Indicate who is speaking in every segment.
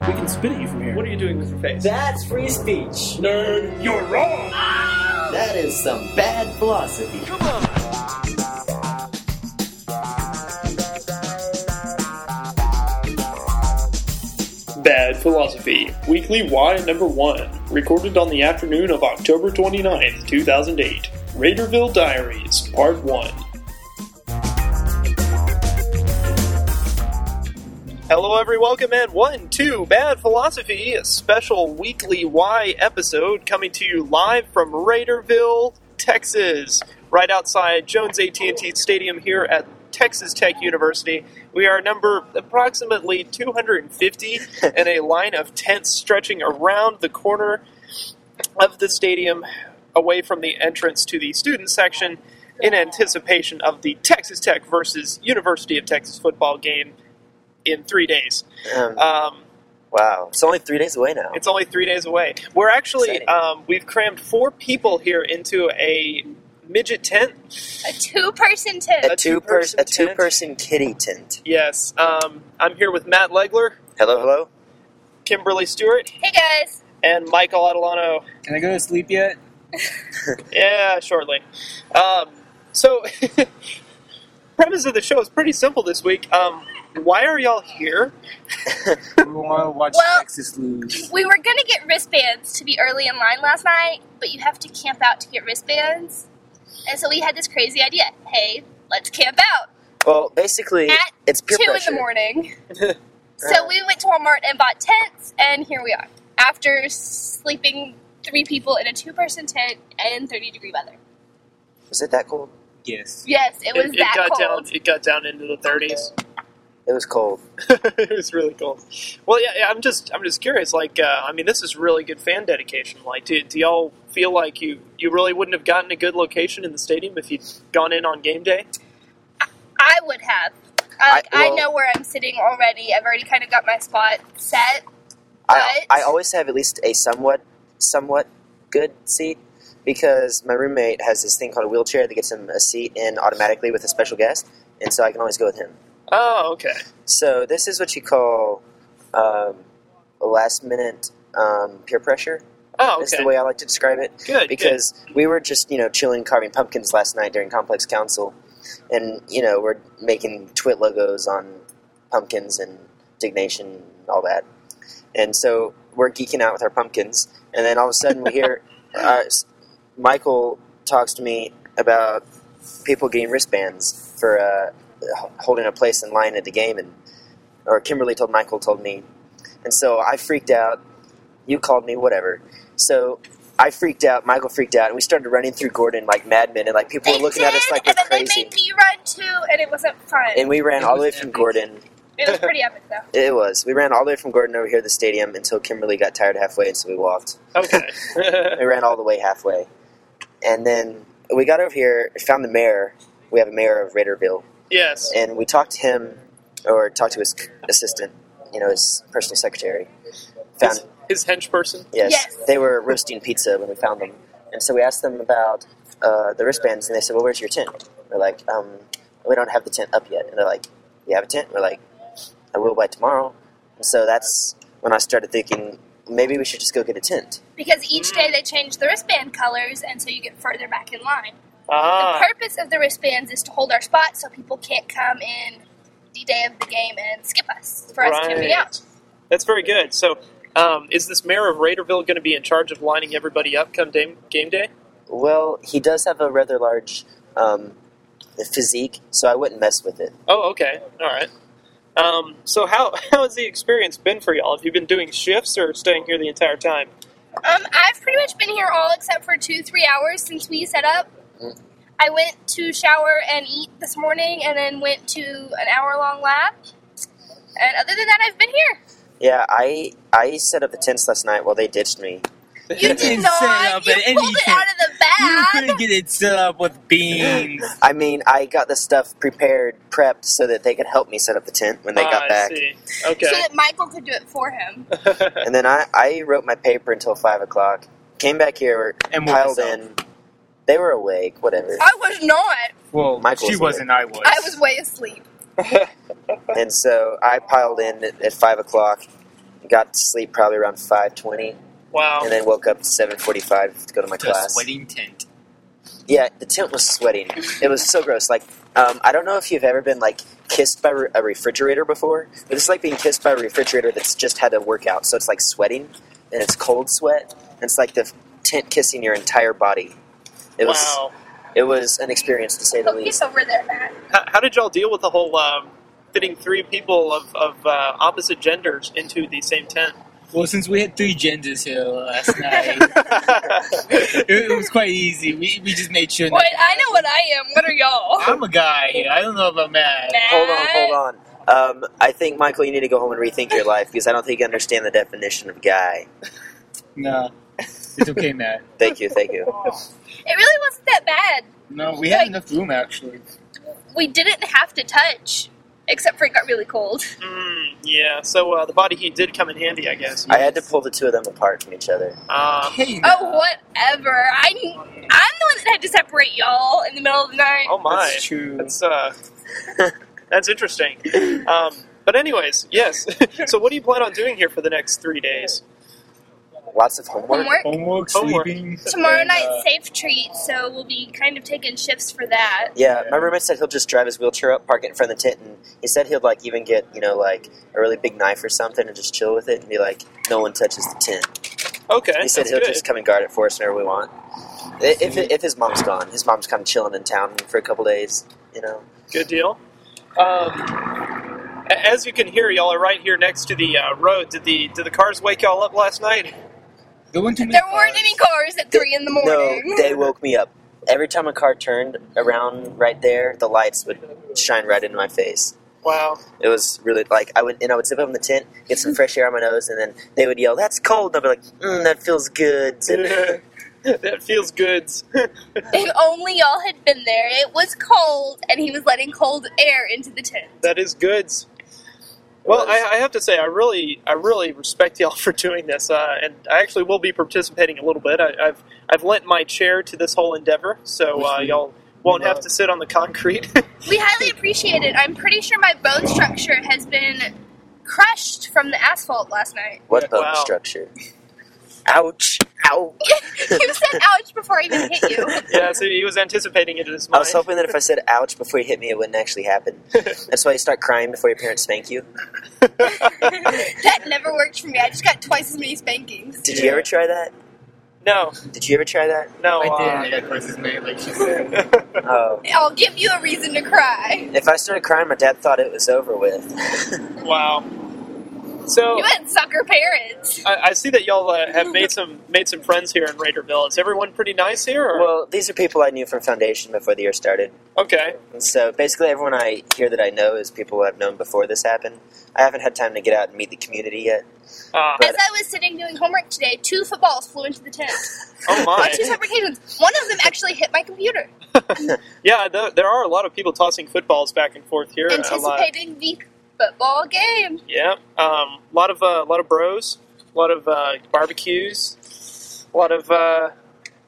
Speaker 1: and spit at you from here.
Speaker 2: What are you doing with your face?
Speaker 3: That's free speech.
Speaker 1: Nerd, you're wrong!
Speaker 3: That is some bad philosophy.
Speaker 2: Bad Philosophy, Weekly Y Number 1, recorded on the afternoon of October 29th, 2008. Raiderville Diaries, Part 1. Hello, everyone. Welcome in. One, two, Bad Philosophy, a special weekly Y episode coming to you live from Raiderville, Texas, right outside Jones AT&T Stadium here at Texas Tech University. We are number approximately 250 in a line of tents stretching around the corner of the stadium away from the entrance to the student section in anticipation of the Texas Tech versus University of Texas football game in three days.
Speaker 3: Um,
Speaker 2: Um,
Speaker 3: wow, it's only three days away now.
Speaker 2: it's only three days away. We're actually
Speaker 3: Exciting.
Speaker 2: um, we've crammed four people here into a midget tent.
Speaker 4: A two person tip.
Speaker 2: a
Speaker 3: a two
Speaker 2: two-person
Speaker 3: person a two
Speaker 2: tent.
Speaker 3: person kitty tent.
Speaker 2: Yes, um, I'm here with Matt Legler,
Speaker 3: Hello, hello.
Speaker 2: Kimberly Stewart,
Speaker 4: Hey guys.
Speaker 2: and Michael Adelano.
Speaker 1: Can I go to sleep yet?
Speaker 2: Yeah, shortly. Um, so, premise of the show is pretty simple this week. Um, why are y'all here?
Speaker 1: we want to watch
Speaker 4: Well-
Speaker 1: Texas lose.
Speaker 4: We were gonna get wristbands to be early in line last night, but you have to camp out to get wristbands. And so we had this crazy idea. Hey, let's camp out
Speaker 3: Well, basically,
Speaker 4: At
Speaker 3: it's peer
Speaker 4: two
Speaker 3: pressure.
Speaker 4: in the morning. so we went to Walmart and bought tents, and here we are. After sleeping three people in a two person tent in 30 degree weather.
Speaker 3: Was it that cold?
Speaker 1: Yes.
Speaker 4: Yes, it was that
Speaker 2: got
Speaker 4: cold.
Speaker 2: down. It got down into the 30s.
Speaker 3: It was cold.
Speaker 2: it was really cool. Well, yeah, yeah, I'm just, I'm just curious. Like, uh, I mean, this is really good fan dedication. Like, do, do y'all feel like you, you really wouldn't have gotten a good location in the stadium if you'd gone in on game day?
Speaker 4: I would have. I,
Speaker 3: I-
Speaker 4: I,
Speaker 3: well-
Speaker 4: know where I'm sitting already. I've already kind of got my spot set.
Speaker 3: I,
Speaker 4: But-
Speaker 3: I always have at least a somewhat somewhat good seat because my roommate has this thing called a wheelchair that gets him a seat in automatically with a special guest, and so I can always go with him.
Speaker 2: Oh, okay.
Speaker 3: So this is what you call um, last minute um, peer pressure.
Speaker 2: Oh,
Speaker 3: Is
Speaker 2: okay.
Speaker 3: the way I like to describe it
Speaker 2: good. good.
Speaker 3: because we were just you know chilling carving pumpkins last night during complex council and you know we're making twit logos on pumpkins and dignation and all that and so we're geeking out with our pumpkins and then all of a sudden we hear uh, s- michael talks to me about people getting wristbands for uh, h- holding a place in line at the game and or kimberly told michael told me and so i freaked out you called me whatever so I freaked out. Michael freaked out, and we started running through Gordon like madmen, and like people
Speaker 4: They
Speaker 3: were looking
Speaker 4: did,
Speaker 3: at us like we're
Speaker 4: and then they
Speaker 3: crazy.
Speaker 4: made me run too, and it wasn't fun.
Speaker 3: And we ran
Speaker 1: It
Speaker 3: all the
Speaker 1: was
Speaker 3: way from
Speaker 1: epic.
Speaker 3: Gordon.
Speaker 4: it was pretty epic though.
Speaker 3: It was. We ran all the way from Gordon over here to the stadium until Kimberly got tired halfway, and so we walked.
Speaker 2: Okay.
Speaker 3: We ran all the way halfway, and then we got over here, found the mayor. We have a mayor of Raiderville,
Speaker 2: yes.
Speaker 3: and we talked to him, or talked to his assistant, you know, his personal secretary. Found
Speaker 2: His, his hench person.
Speaker 3: Yes.
Speaker 4: Yes.
Speaker 3: They were roasting pizza when we found them. And so we asked them about uh, the wristbands, and they said, Well, where's your tent? We're like, um, We don't have the tent up yet. And they're like, You have a tent? We're like, I will by tomorrow. And so that's when I started thinking, Maybe we should just go get a tent.
Speaker 4: Because each
Speaker 3: Mm.
Speaker 4: day they change the wristband colors, and so you get further back in line.
Speaker 2: Ah.
Speaker 4: The purpose of the wristbands is to hold our spot so people can't come in the day of the game and skip us for us camping out.
Speaker 2: Ah, That's very good. So, um, is this mayor of Raiderville going to be in charge of lining everybody up come game, game day?
Speaker 3: Well, he does have a rather large um, physique, so I wouldn't mess with it.
Speaker 2: Oh, okay. All right. Um, so, how, how has the experience been for y'all? Have you been doing shifts or staying here the entire time?
Speaker 4: Um, I've pretty much been here all except for two, three hours since we set up.
Speaker 3: Mm.
Speaker 4: I went to shower and eat this morning, and then went to an hour long lab. And other than that, I've been here.
Speaker 3: Yeah, I I set up the tents last night while they ditched me.
Speaker 4: You
Speaker 1: You
Speaker 4: did
Speaker 1: didn't
Speaker 4: not.
Speaker 1: set up
Speaker 4: you
Speaker 1: at any
Speaker 4: pulled it
Speaker 1: camp.
Speaker 4: out of the
Speaker 1: You
Speaker 4: bag.
Speaker 1: couldn't get it set up with beans.
Speaker 3: I mean, I got the stuff prepared, prepped, so that they could help me set up the tent when they
Speaker 2: Ah,
Speaker 3: got back.
Speaker 2: I see.
Speaker 4: So
Speaker 2: Okay.
Speaker 4: that Michael could do it for him.
Speaker 3: And then I, I wrote my paper until five o'clock. Came back here,
Speaker 1: And woke
Speaker 3: piled
Speaker 1: us up.
Speaker 3: in. They were awake, whatever.
Speaker 4: I was not.
Speaker 1: Well,
Speaker 3: Michael's
Speaker 1: she
Speaker 3: awake.
Speaker 1: wasn't. I was.
Speaker 4: I was way asleep.
Speaker 3: And so I piled in at, at five o'clock, Got to sleep probably around 5:20,
Speaker 2: Wow.
Speaker 3: and then woke up at 7:45 to go to my
Speaker 5: to a
Speaker 3: class.
Speaker 5: sweating tent.
Speaker 3: Yeah, the tent was sweating. It was so gross. Like, um, I don't know if you've ever been like kissed by re- a refrigerator before, but it's like being kissed by a refrigerator that's just had a workout. So it's like sweating, and it's cold sweat. And it's like the tent kissing your entire body. It was
Speaker 2: wow.
Speaker 3: it was an experience to say the
Speaker 4: Oh, he's
Speaker 3: least.
Speaker 4: over there, Matt.
Speaker 2: How, how did y'all deal with the whole um, fitting three people of, of uh, opposite genders into the same tent?
Speaker 1: Well, since we had three genders here last night, it, it was quite easy. We, we just made sure.
Speaker 4: Wait,
Speaker 1: nothing
Speaker 4: I know what I am. What are y'all?
Speaker 1: happened. I'm a guy here. I don't know about Matt.
Speaker 4: Matt.
Speaker 3: Hold on, hold on. Um, I think Michael, you need to go home and rethink your life because I don't think you understand the definition of guy.
Speaker 1: No, it's okay, Matt.
Speaker 3: Thank you, thank you.
Speaker 4: It really wasn't that bad.
Speaker 1: No, we had enough room actually.
Speaker 4: We didn't have to touch, except for it got really cold.
Speaker 2: Mm, yeah, so uh, the body heat did come in handy, I guess.
Speaker 3: I had to pull the two of them apart from each other.
Speaker 2: Um,
Speaker 1: Hey, now.
Speaker 4: Oh, whatever. I, I'm the one that had to separate y'all in the middle of the night.
Speaker 2: oh my.
Speaker 1: That's true.
Speaker 2: That's uh, that's interesting. Um, but anyways, yes. so what do you plan on doing here for the next three days?
Speaker 3: Lots of homework.
Speaker 4: Homework.
Speaker 1: Homework,
Speaker 2: Homework.
Speaker 1: sleeping.
Speaker 4: Tomorrow
Speaker 1: and,
Speaker 4: night's
Speaker 1: uh,
Speaker 4: safe treat, so we'll be kind of taking shifts for that.
Speaker 3: Yeah, my roommate said he'll just drive his wheelchair up, park it in front of the tent, and he said he'll like even get you know like a really big knife or something and just chill with it and be like, no one touches the tent.
Speaker 2: Okay,
Speaker 3: he said
Speaker 2: that's
Speaker 3: he'll
Speaker 2: good.
Speaker 3: just come and guard it for us whenever we want. I- If, if his mom's gone, his mom's kind of chilling in town for a couple days, you know.
Speaker 2: Good deal. Um, a- as you can hear, y'all are right here next to the uh, road. Did the did the cars wake y'all up last night?
Speaker 1: There weren't too many
Speaker 4: There weren't
Speaker 1: cars.
Speaker 4: any cars at 3 in the morning.
Speaker 3: No, they woke me up. Every time a car turned around right there, the lights would shine right into my face.
Speaker 2: Wow.
Speaker 3: It was really like I would and I would zip up in the tent, get some fresh air on my nose, and then they would yell, "That's cold!" And I'd be like, mm, "That feels good."
Speaker 2: that feels good.
Speaker 4: If only y'all had been there. It was cold, and he was letting cold air into the tent.
Speaker 2: that is goods. Well, I, I have to say, I really, I really respect y'all for doing this, uh, and I actually will be participating a little bit. I, I've, I've lent my chair to this whole endeavor, so
Speaker 1: Which
Speaker 2: uh,
Speaker 1: we-
Speaker 2: y'all won't
Speaker 1: we
Speaker 2: have
Speaker 1: love.
Speaker 2: to sit on the concrete.
Speaker 4: We highly appreciate it. I'm pretty sure my bone structure has been crushed from the asphalt last night.
Speaker 3: What bone
Speaker 2: Wow.
Speaker 3: structure? Ouch! Ow!
Speaker 4: you said ouch before I even hit you.
Speaker 2: yeah, so he was anticipating it in his
Speaker 3: I
Speaker 2: mind.
Speaker 3: was hoping that if I said ouch before you hit me, it wouldn't actually happen. That's why you start crying before your parents spank you.
Speaker 4: that never worked for me. I just got twice as many spankings.
Speaker 3: Did you ever try that?
Speaker 2: no,
Speaker 3: Did you ever try that?
Speaker 2: no.
Speaker 1: I
Speaker 2: Uh,
Speaker 1: did. I got twice as many, like she said.
Speaker 3: Oh.
Speaker 4: I'll give you a reason to cry.
Speaker 3: If I started crying, my dad thought it was over with.
Speaker 2: wow. So
Speaker 4: You had sucker parents.
Speaker 2: I, I see that y'all uh, have made some made some friends here in Raiderville. Is everyone pretty nice here? Or?
Speaker 3: well, these are people I knew from Foundation before the year started.
Speaker 2: okay.
Speaker 3: And so basically, everyone I hear that I know is people I've known before this happened. I haven't had time to get out and meet the community yet.
Speaker 2: Uh,
Speaker 4: As I was sitting doing homework today, two footballs flew into the tent
Speaker 2: oh
Speaker 4: on
Speaker 2: my.
Speaker 4: two separate occasions. One of them actually hit my computer,
Speaker 2: Yeah, th- there are a lot of people tossing footballs back and forth here. A lot.
Speaker 4: anticipating the football game.
Speaker 2: Yeah, um, a lot of uh, lot of bros, a lot of uh, barbecues, a lot of uh,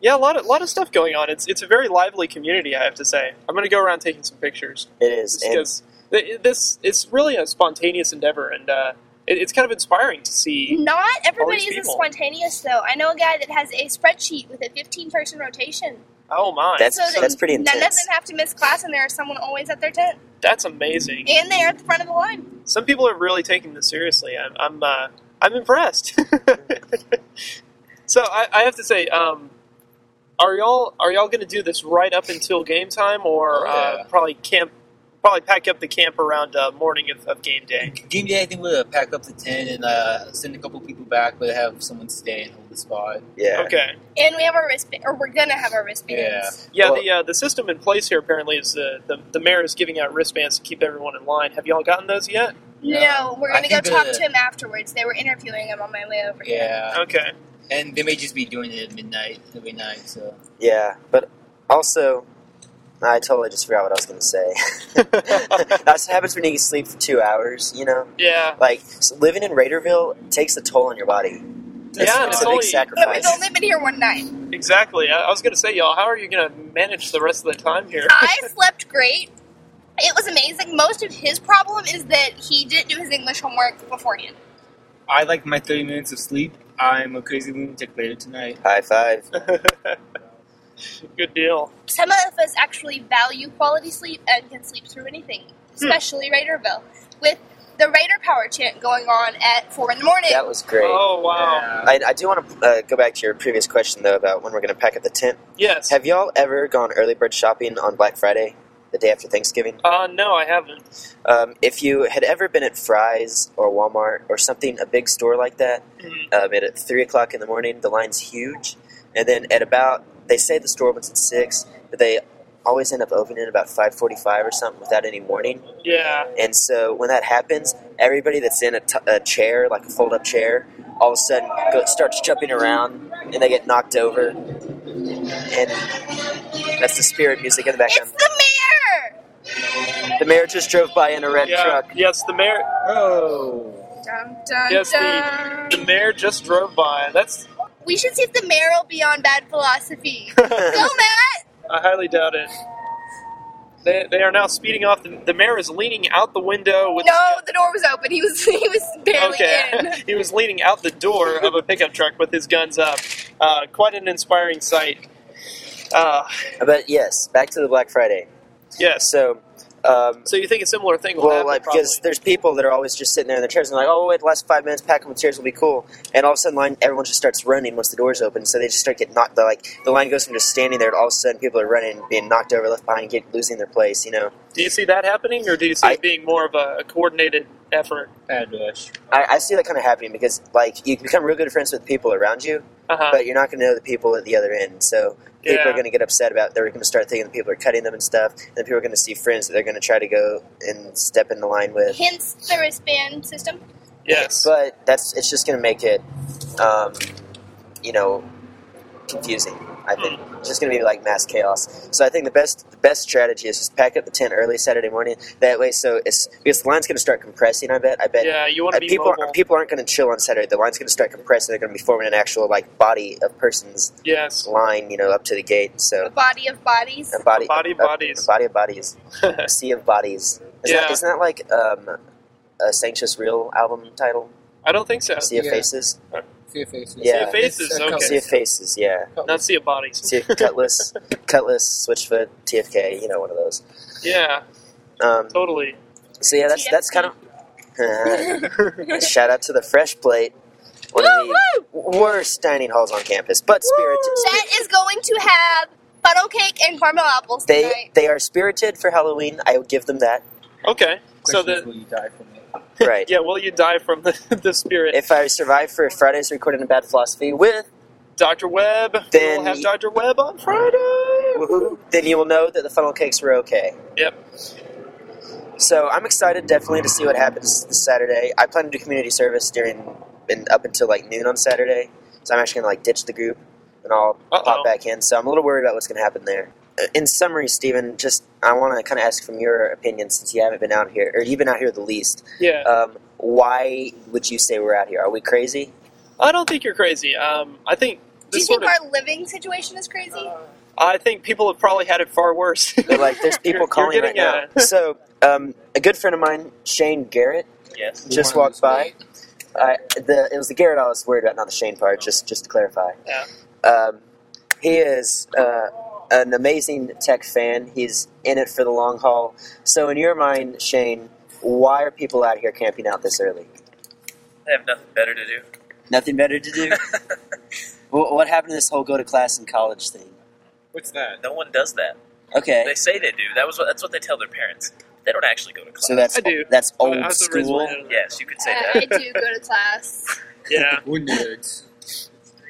Speaker 2: yeah, a lot of lot of stuff going on. It's it's a very lively community, I have to say. I'm gonna go around taking some pictures
Speaker 3: It is.
Speaker 2: just
Speaker 3: And
Speaker 2: 'cause th- this it's really a spontaneous endeavor, and uh, it, it's kind of inspiring to see.
Speaker 4: Not everybody is as
Speaker 2: people.
Speaker 4: spontaneous, though. I know a guy that has a spreadsheet with a 15 person rotation.
Speaker 2: Oh my,
Speaker 3: That's-
Speaker 4: so that
Speaker 3: pretty
Speaker 4: None of
Speaker 3: intense.
Speaker 4: them have to miss class, and there is someone always at their tent.
Speaker 2: that's amazing.
Speaker 4: And they are at the front of the line.
Speaker 2: Some people are really taking this seriously. I'm I'm uh, I'm impressed. so I, I have to say. Um, are y'all are y'all going to do this right up until game time, or
Speaker 1: Oh,
Speaker 2: uh,
Speaker 1: yeah.
Speaker 2: probably camp, probably pack up the camp around uh, morning of, of game day?
Speaker 1: Game day, I think we'll pack up the tent and uh, send a couple people back, but have someone stay and hold the spot.
Speaker 3: yeah,
Speaker 2: Okay,
Speaker 4: And we have our wristband, or we're gonna have our wristbands.
Speaker 2: yeah.
Speaker 3: Well-
Speaker 2: the uh, the system in place here apparently is the, the the mayor is giving out wristbands to keep everyone in line. Have y'all gotten those yet?
Speaker 1: Yeah.
Speaker 4: No, we're
Speaker 1: I
Speaker 4: gonna go
Speaker 1: think
Speaker 4: talk
Speaker 1: the-
Speaker 4: to him afterwards. They were interviewing him on my way over. here.
Speaker 1: Yeah,
Speaker 2: Okay,
Speaker 1: and they may just be doing it at midnight every night. So
Speaker 3: yeah. But also, I totally just forgot what I was going to say. That's what happens when you sleep for two hours. You know,
Speaker 2: yeah,
Speaker 3: like so living in Raiderville takes a toll on your body. It's,
Speaker 2: Yeah,
Speaker 3: it's
Speaker 2: it's
Speaker 3: a big
Speaker 2: only-
Speaker 4: But we've
Speaker 3: sacrifice.
Speaker 4: only been here one night.
Speaker 2: exactly. I, I was going to say, y'all, how are you going to manage the rest of the time here?
Speaker 4: I slept great. It was amazing. Most of his problem is that he didn't do his English homework beforehand.
Speaker 1: I like my 30 minutes of sleep. I'm a crazy lunatic later tonight.
Speaker 3: High five.
Speaker 2: Good deal.
Speaker 4: Some of us actually value quality sleep and can sleep through anything, especially Raiderville, with the Raider Power chant going on at 4 in the morning.
Speaker 3: That was great.
Speaker 2: Oh wow.
Speaker 1: Yeah.
Speaker 3: I, I do want to uh, go back to your previous question though about when we're going to pack up the tent.
Speaker 2: Yes.
Speaker 3: Have y'all ever gone early bird shopping on Black Friday, the day after Thanksgiving?
Speaker 2: uh, no, I haven't.
Speaker 3: Um, if you had ever been at Fry's or Walmart or something, a big store like that,
Speaker 2: Mhm.
Speaker 3: um, and at three o'clock in the morning, the line's huge, and then at about they say the store opens at six, but they always end up opening at about five forty-five or something without any warning.
Speaker 2: Yeah.
Speaker 3: And so when that happens, everybody that's in a, t- a chair, like a fold-up chair, all of a sudden go, starts jumping around, and they get knocked over. And that's the spirit music in the
Speaker 4: it's
Speaker 3: background.
Speaker 4: the mayor!
Speaker 3: The mayor just drove by in a red
Speaker 2: yeah.
Speaker 3: truck.
Speaker 2: Yes, the mayor.
Speaker 1: Oh.
Speaker 4: Dun, dun,
Speaker 2: Yes, the-
Speaker 4: dun.
Speaker 2: The mayor just drove by. That's.
Speaker 4: We should see if the mayor will be on Bad Philosophy. Go, Matt!
Speaker 2: I highly doubt it. They, they are now speeding off. The, the mayor is leaning out the window with.
Speaker 4: No, the door was open. He was he was barely in.
Speaker 2: Okay. he was leaning out the door of a pickup truck with his guns up. Uh, quite an inspiring sight. Uh,
Speaker 3: But yes, back to the Black Friday.
Speaker 2: yes.
Speaker 3: So, um,
Speaker 2: So you think a similar thing will
Speaker 3: well,
Speaker 2: happen?
Speaker 3: like, because
Speaker 2: probably.
Speaker 3: there's people that are always just sitting there in their chairs and like, oh, wait, the last five minutes, pack up the chairs will be cool. And all of a sudden, line, everyone just starts running once the door's open. So they just start getting knocked. The, like, the line goes from just standing there to all of a sudden people are running, being knocked over, left behind, get, losing their place, you know.
Speaker 2: do you see that happening, or do you see
Speaker 3: I-
Speaker 2: it being more of a coordinated effort?
Speaker 1: Bad rush.
Speaker 3: I, I see that kind of happening because, like, you can become real good friends with people around you,
Speaker 2: Uh-huh.
Speaker 3: but you're not going to know the people at the other end. So people
Speaker 2: Yeah.
Speaker 3: are going to get upset about. They're going to start thinking that people are cutting them and stuff. And then people are going to see friends that they're going to try to go and step in the line with.
Speaker 4: Hence the wristband system.
Speaker 2: yes.
Speaker 3: But that's it's just going to make it, um, you know, confusing. I think
Speaker 2: Hmm.
Speaker 3: it's just going to be like mass chaos. So I think the best the best strategy is just pack up the tent early Saturday morning. That way, so it's because the line's going to start compressing. I bet. I bet.
Speaker 2: yeah, you want to
Speaker 3: Uh,
Speaker 2: be
Speaker 3: people
Speaker 2: mobile.
Speaker 3: people aren't going to chill on Saturday. The line's going to start compressing. They're going to be forming an actual like body of persons
Speaker 2: yes.
Speaker 3: line, you know, up to the gate.
Speaker 4: A
Speaker 3: So
Speaker 4: body of bodies.
Speaker 3: a body,
Speaker 2: body of
Speaker 3: a- a
Speaker 2: bodies.
Speaker 3: body of bodies, a sea of bodies. Isn't,
Speaker 2: Yeah.
Speaker 3: that, isn't that like um, a Sanctus Real album title?
Speaker 2: I don't think so.
Speaker 3: Sea of
Speaker 1: Yeah.
Speaker 3: Faces,
Speaker 1: See your faces.
Speaker 3: Yeah. See your
Speaker 2: faces,
Speaker 1: It's, uh,
Speaker 2: okay.
Speaker 1: colours.
Speaker 3: Sea of Faces, yeah.
Speaker 2: Not see a bodies.
Speaker 3: Sea of Cutlass, Cutlass, Switchfoot, TFK, you know, one of those.
Speaker 2: Yeah,
Speaker 3: Um,
Speaker 2: totally.
Speaker 3: so yeah, that's that's kind of. Shout out to the Fresh Plate, one of
Speaker 4: Woo,
Speaker 3: the
Speaker 4: woo!
Speaker 3: worst dining halls on campus, but spirited.
Speaker 4: That is going to have funnel cake and caramel apples
Speaker 3: They
Speaker 4: tonight.
Speaker 3: they are spirited for Halloween. I would give them that.
Speaker 2: Okay. So
Speaker 1: Questions
Speaker 2: the
Speaker 1: will you die from it?
Speaker 3: Right.
Speaker 2: yeah, will you die from the, the spirit?
Speaker 3: If I survive for Friday's recording in bad philosophy with,
Speaker 2: Dr. Webb,
Speaker 3: Then
Speaker 2: we'll have
Speaker 3: y-
Speaker 2: Dr. Webb on Friday.
Speaker 3: woohoo, then you will know that the funnel cakes were okay.
Speaker 2: Yep.
Speaker 3: So I'm excited, definitely, to see what happens this Saturday. I plan to do community service during and up until like noon on Saturday. So I'm actually gonna like ditch the group and I'll
Speaker 2: Uh-oh.
Speaker 3: pop back in. So I'm a little worried about what's gonna happen there. Uh, In summary, Stephen, just I want to kind of ask from your opinion since you haven't been out here or you've been out here the least.
Speaker 2: Yeah.
Speaker 3: Um, why would you say we're out here? Are we crazy?
Speaker 2: I don't think you're crazy. Um, I think
Speaker 4: Do you
Speaker 2: this sort
Speaker 4: think
Speaker 2: of, Oh,
Speaker 4: our living situation is crazy?
Speaker 2: I think people have probably had it far worse.
Speaker 3: But, like there's people
Speaker 2: You're- you're
Speaker 3: calling right
Speaker 2: getting
Speaker 3: now. so um, a good friend of mine, Shane Garrett,
Speaker 2: yes.
Speaker 3: just
Speaker 1: One
Speaker 3: walked by.
Speaker 1: lose weight.
Speaker 3: I, the it was the Garrett I was worried about, not the Shane part. Just just to clarify.
Speaker 2: Yeah.
Speaker 3: Um, he is uh, an amazing tech fan. He's in it for the long haul. So in your mind, Shane, why are people out here camping out this early?
Speaker 5: They have nothing better to do.
Speaker 3: Nothing better to do. Wh- what happened to this whole go to class and college thing?
Speaker 1: What's that?
Speaker 5: No one does that.
Speaker 3: Okay,
Speaker 5: They say they do. That was what, that's what they tell their parents. They don't actually go to class.
Speaker 3: so that's
Speaker 2: I do.
Speaker 3: that's
Speaker 2: I
Speaker 3: old
Speaker 2: was
Speaker 3: school.
Speaker 2: originally-
Speaker 5: yes, you could say
Speaker 4: Uh,
Speaker 5: that.
Speaker 4: I do go to class.
Speaker 2: Yeah.
Speaker 1: We're nerds.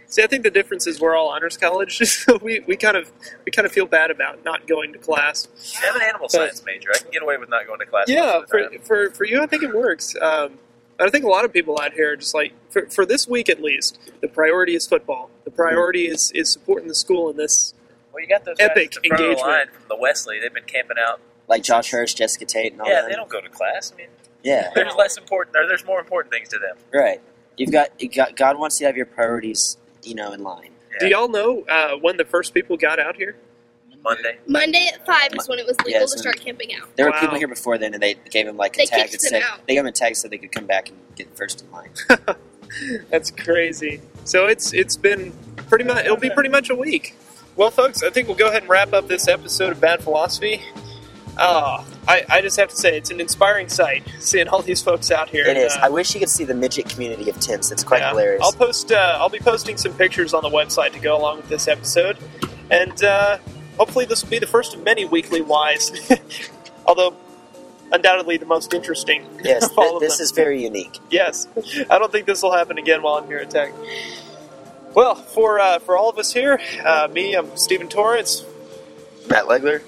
Speaker 2: See, I think the difference is we're all honors college, so we, we kind of we kind of feel bad about not going to class.
Speaker 5: I am an animal science major. I can get away with not going to class.
Speaker 2: Yeah,
Speaker 5: most of the
Speaker 2: for,
Speaker 5: time.
Speaker 2: for, for you, I think it works. Um, I think a lot of people out here are just like for, for this week at least, the priority is football. The priority is, is supporting the school in this.
Speaker 5: well, you got those
Speaker 2: epic
Speaker 5: guys at the front of the
Speaker 2: engagement.
Speaker 5: line from the Wesley. They've been camping out.
Speaker 3: Like Josh Hirsch, Jessica Tate, and all
Speaker 5: Yeah,
Speaker 3: that.
Speaker 5: they don't go to class. I mean,
Speaker 3: yeah,
Speaker 5: there's less important. Or there's more important things to them.
Speaker 3: right. You've got, you got God wants you to have your priorities, you know, in line.
Speaker 5: Yeah.
Speaker 2: Do y'all know uh, when the first people got out here?
Speaker 1: When
Speaker 5: Monday.
Speaker 4: Monday at five is when it was legal
Speaker 3: Yes,
Speaker 4: to start camping out.
Speaker 3: There were
Speaker 2: Wow.
Speaker 3: people here before then, and they gave them like a
Speaker 4: They
Speaker 3: tag
Speaker 4: kicked
Speaker 3: that said
Speaker 4: them out.
Speaker 3: they gave them a tag so they could come back and get first in line.
Speaker 2: That's crazy. So it's it's been pretty much it'll be pretty much a week. Well, folks, I think we'll go ahead and wrap up this episode of Bad Philosophy. Uh, I, I just have to say it's an inspiring sight seeing all these folks out here.
Speaker 3: It is.
Speaker 2: Uh,
Speaker 3: I wish you could see the midget community of tents. It's quite
Speaker 2: yeah.
Speaker 3: hilarious.
Speaker 2: I'll post. Uh, I'll be posting some pictures on the website to go along with this episode, and uh, hopefully this will be the first of many weekly wise. Although, undoubtedly the most interesting.
Speaker 3: yes,
Speaker 2: of all
Speaker 3: th-
Speaker 2: of
Speaker 3: this
Speaker 2: them.
Speaker 3: is very unique.
Speaker 2: Yes, I don't think this will happen again while I'm here at Tech. Well, for uh, for all of us here, uh, me, I'm Stephen Torrance.
Speaker 3: Matt Legler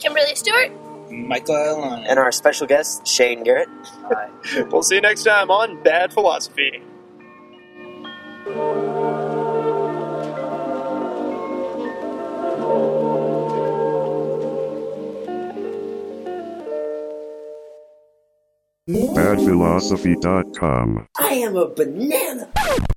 Speaker 4: Kimberly Stewart,
Speaker 1: Michael Alana.
Speaker 3: and our special guest Shane Garrett.
Speaker 2: We'll see you next time on Bad Philosophy.
Speaker 6: badphilosophy.com.
Speaker 3: I am a banana.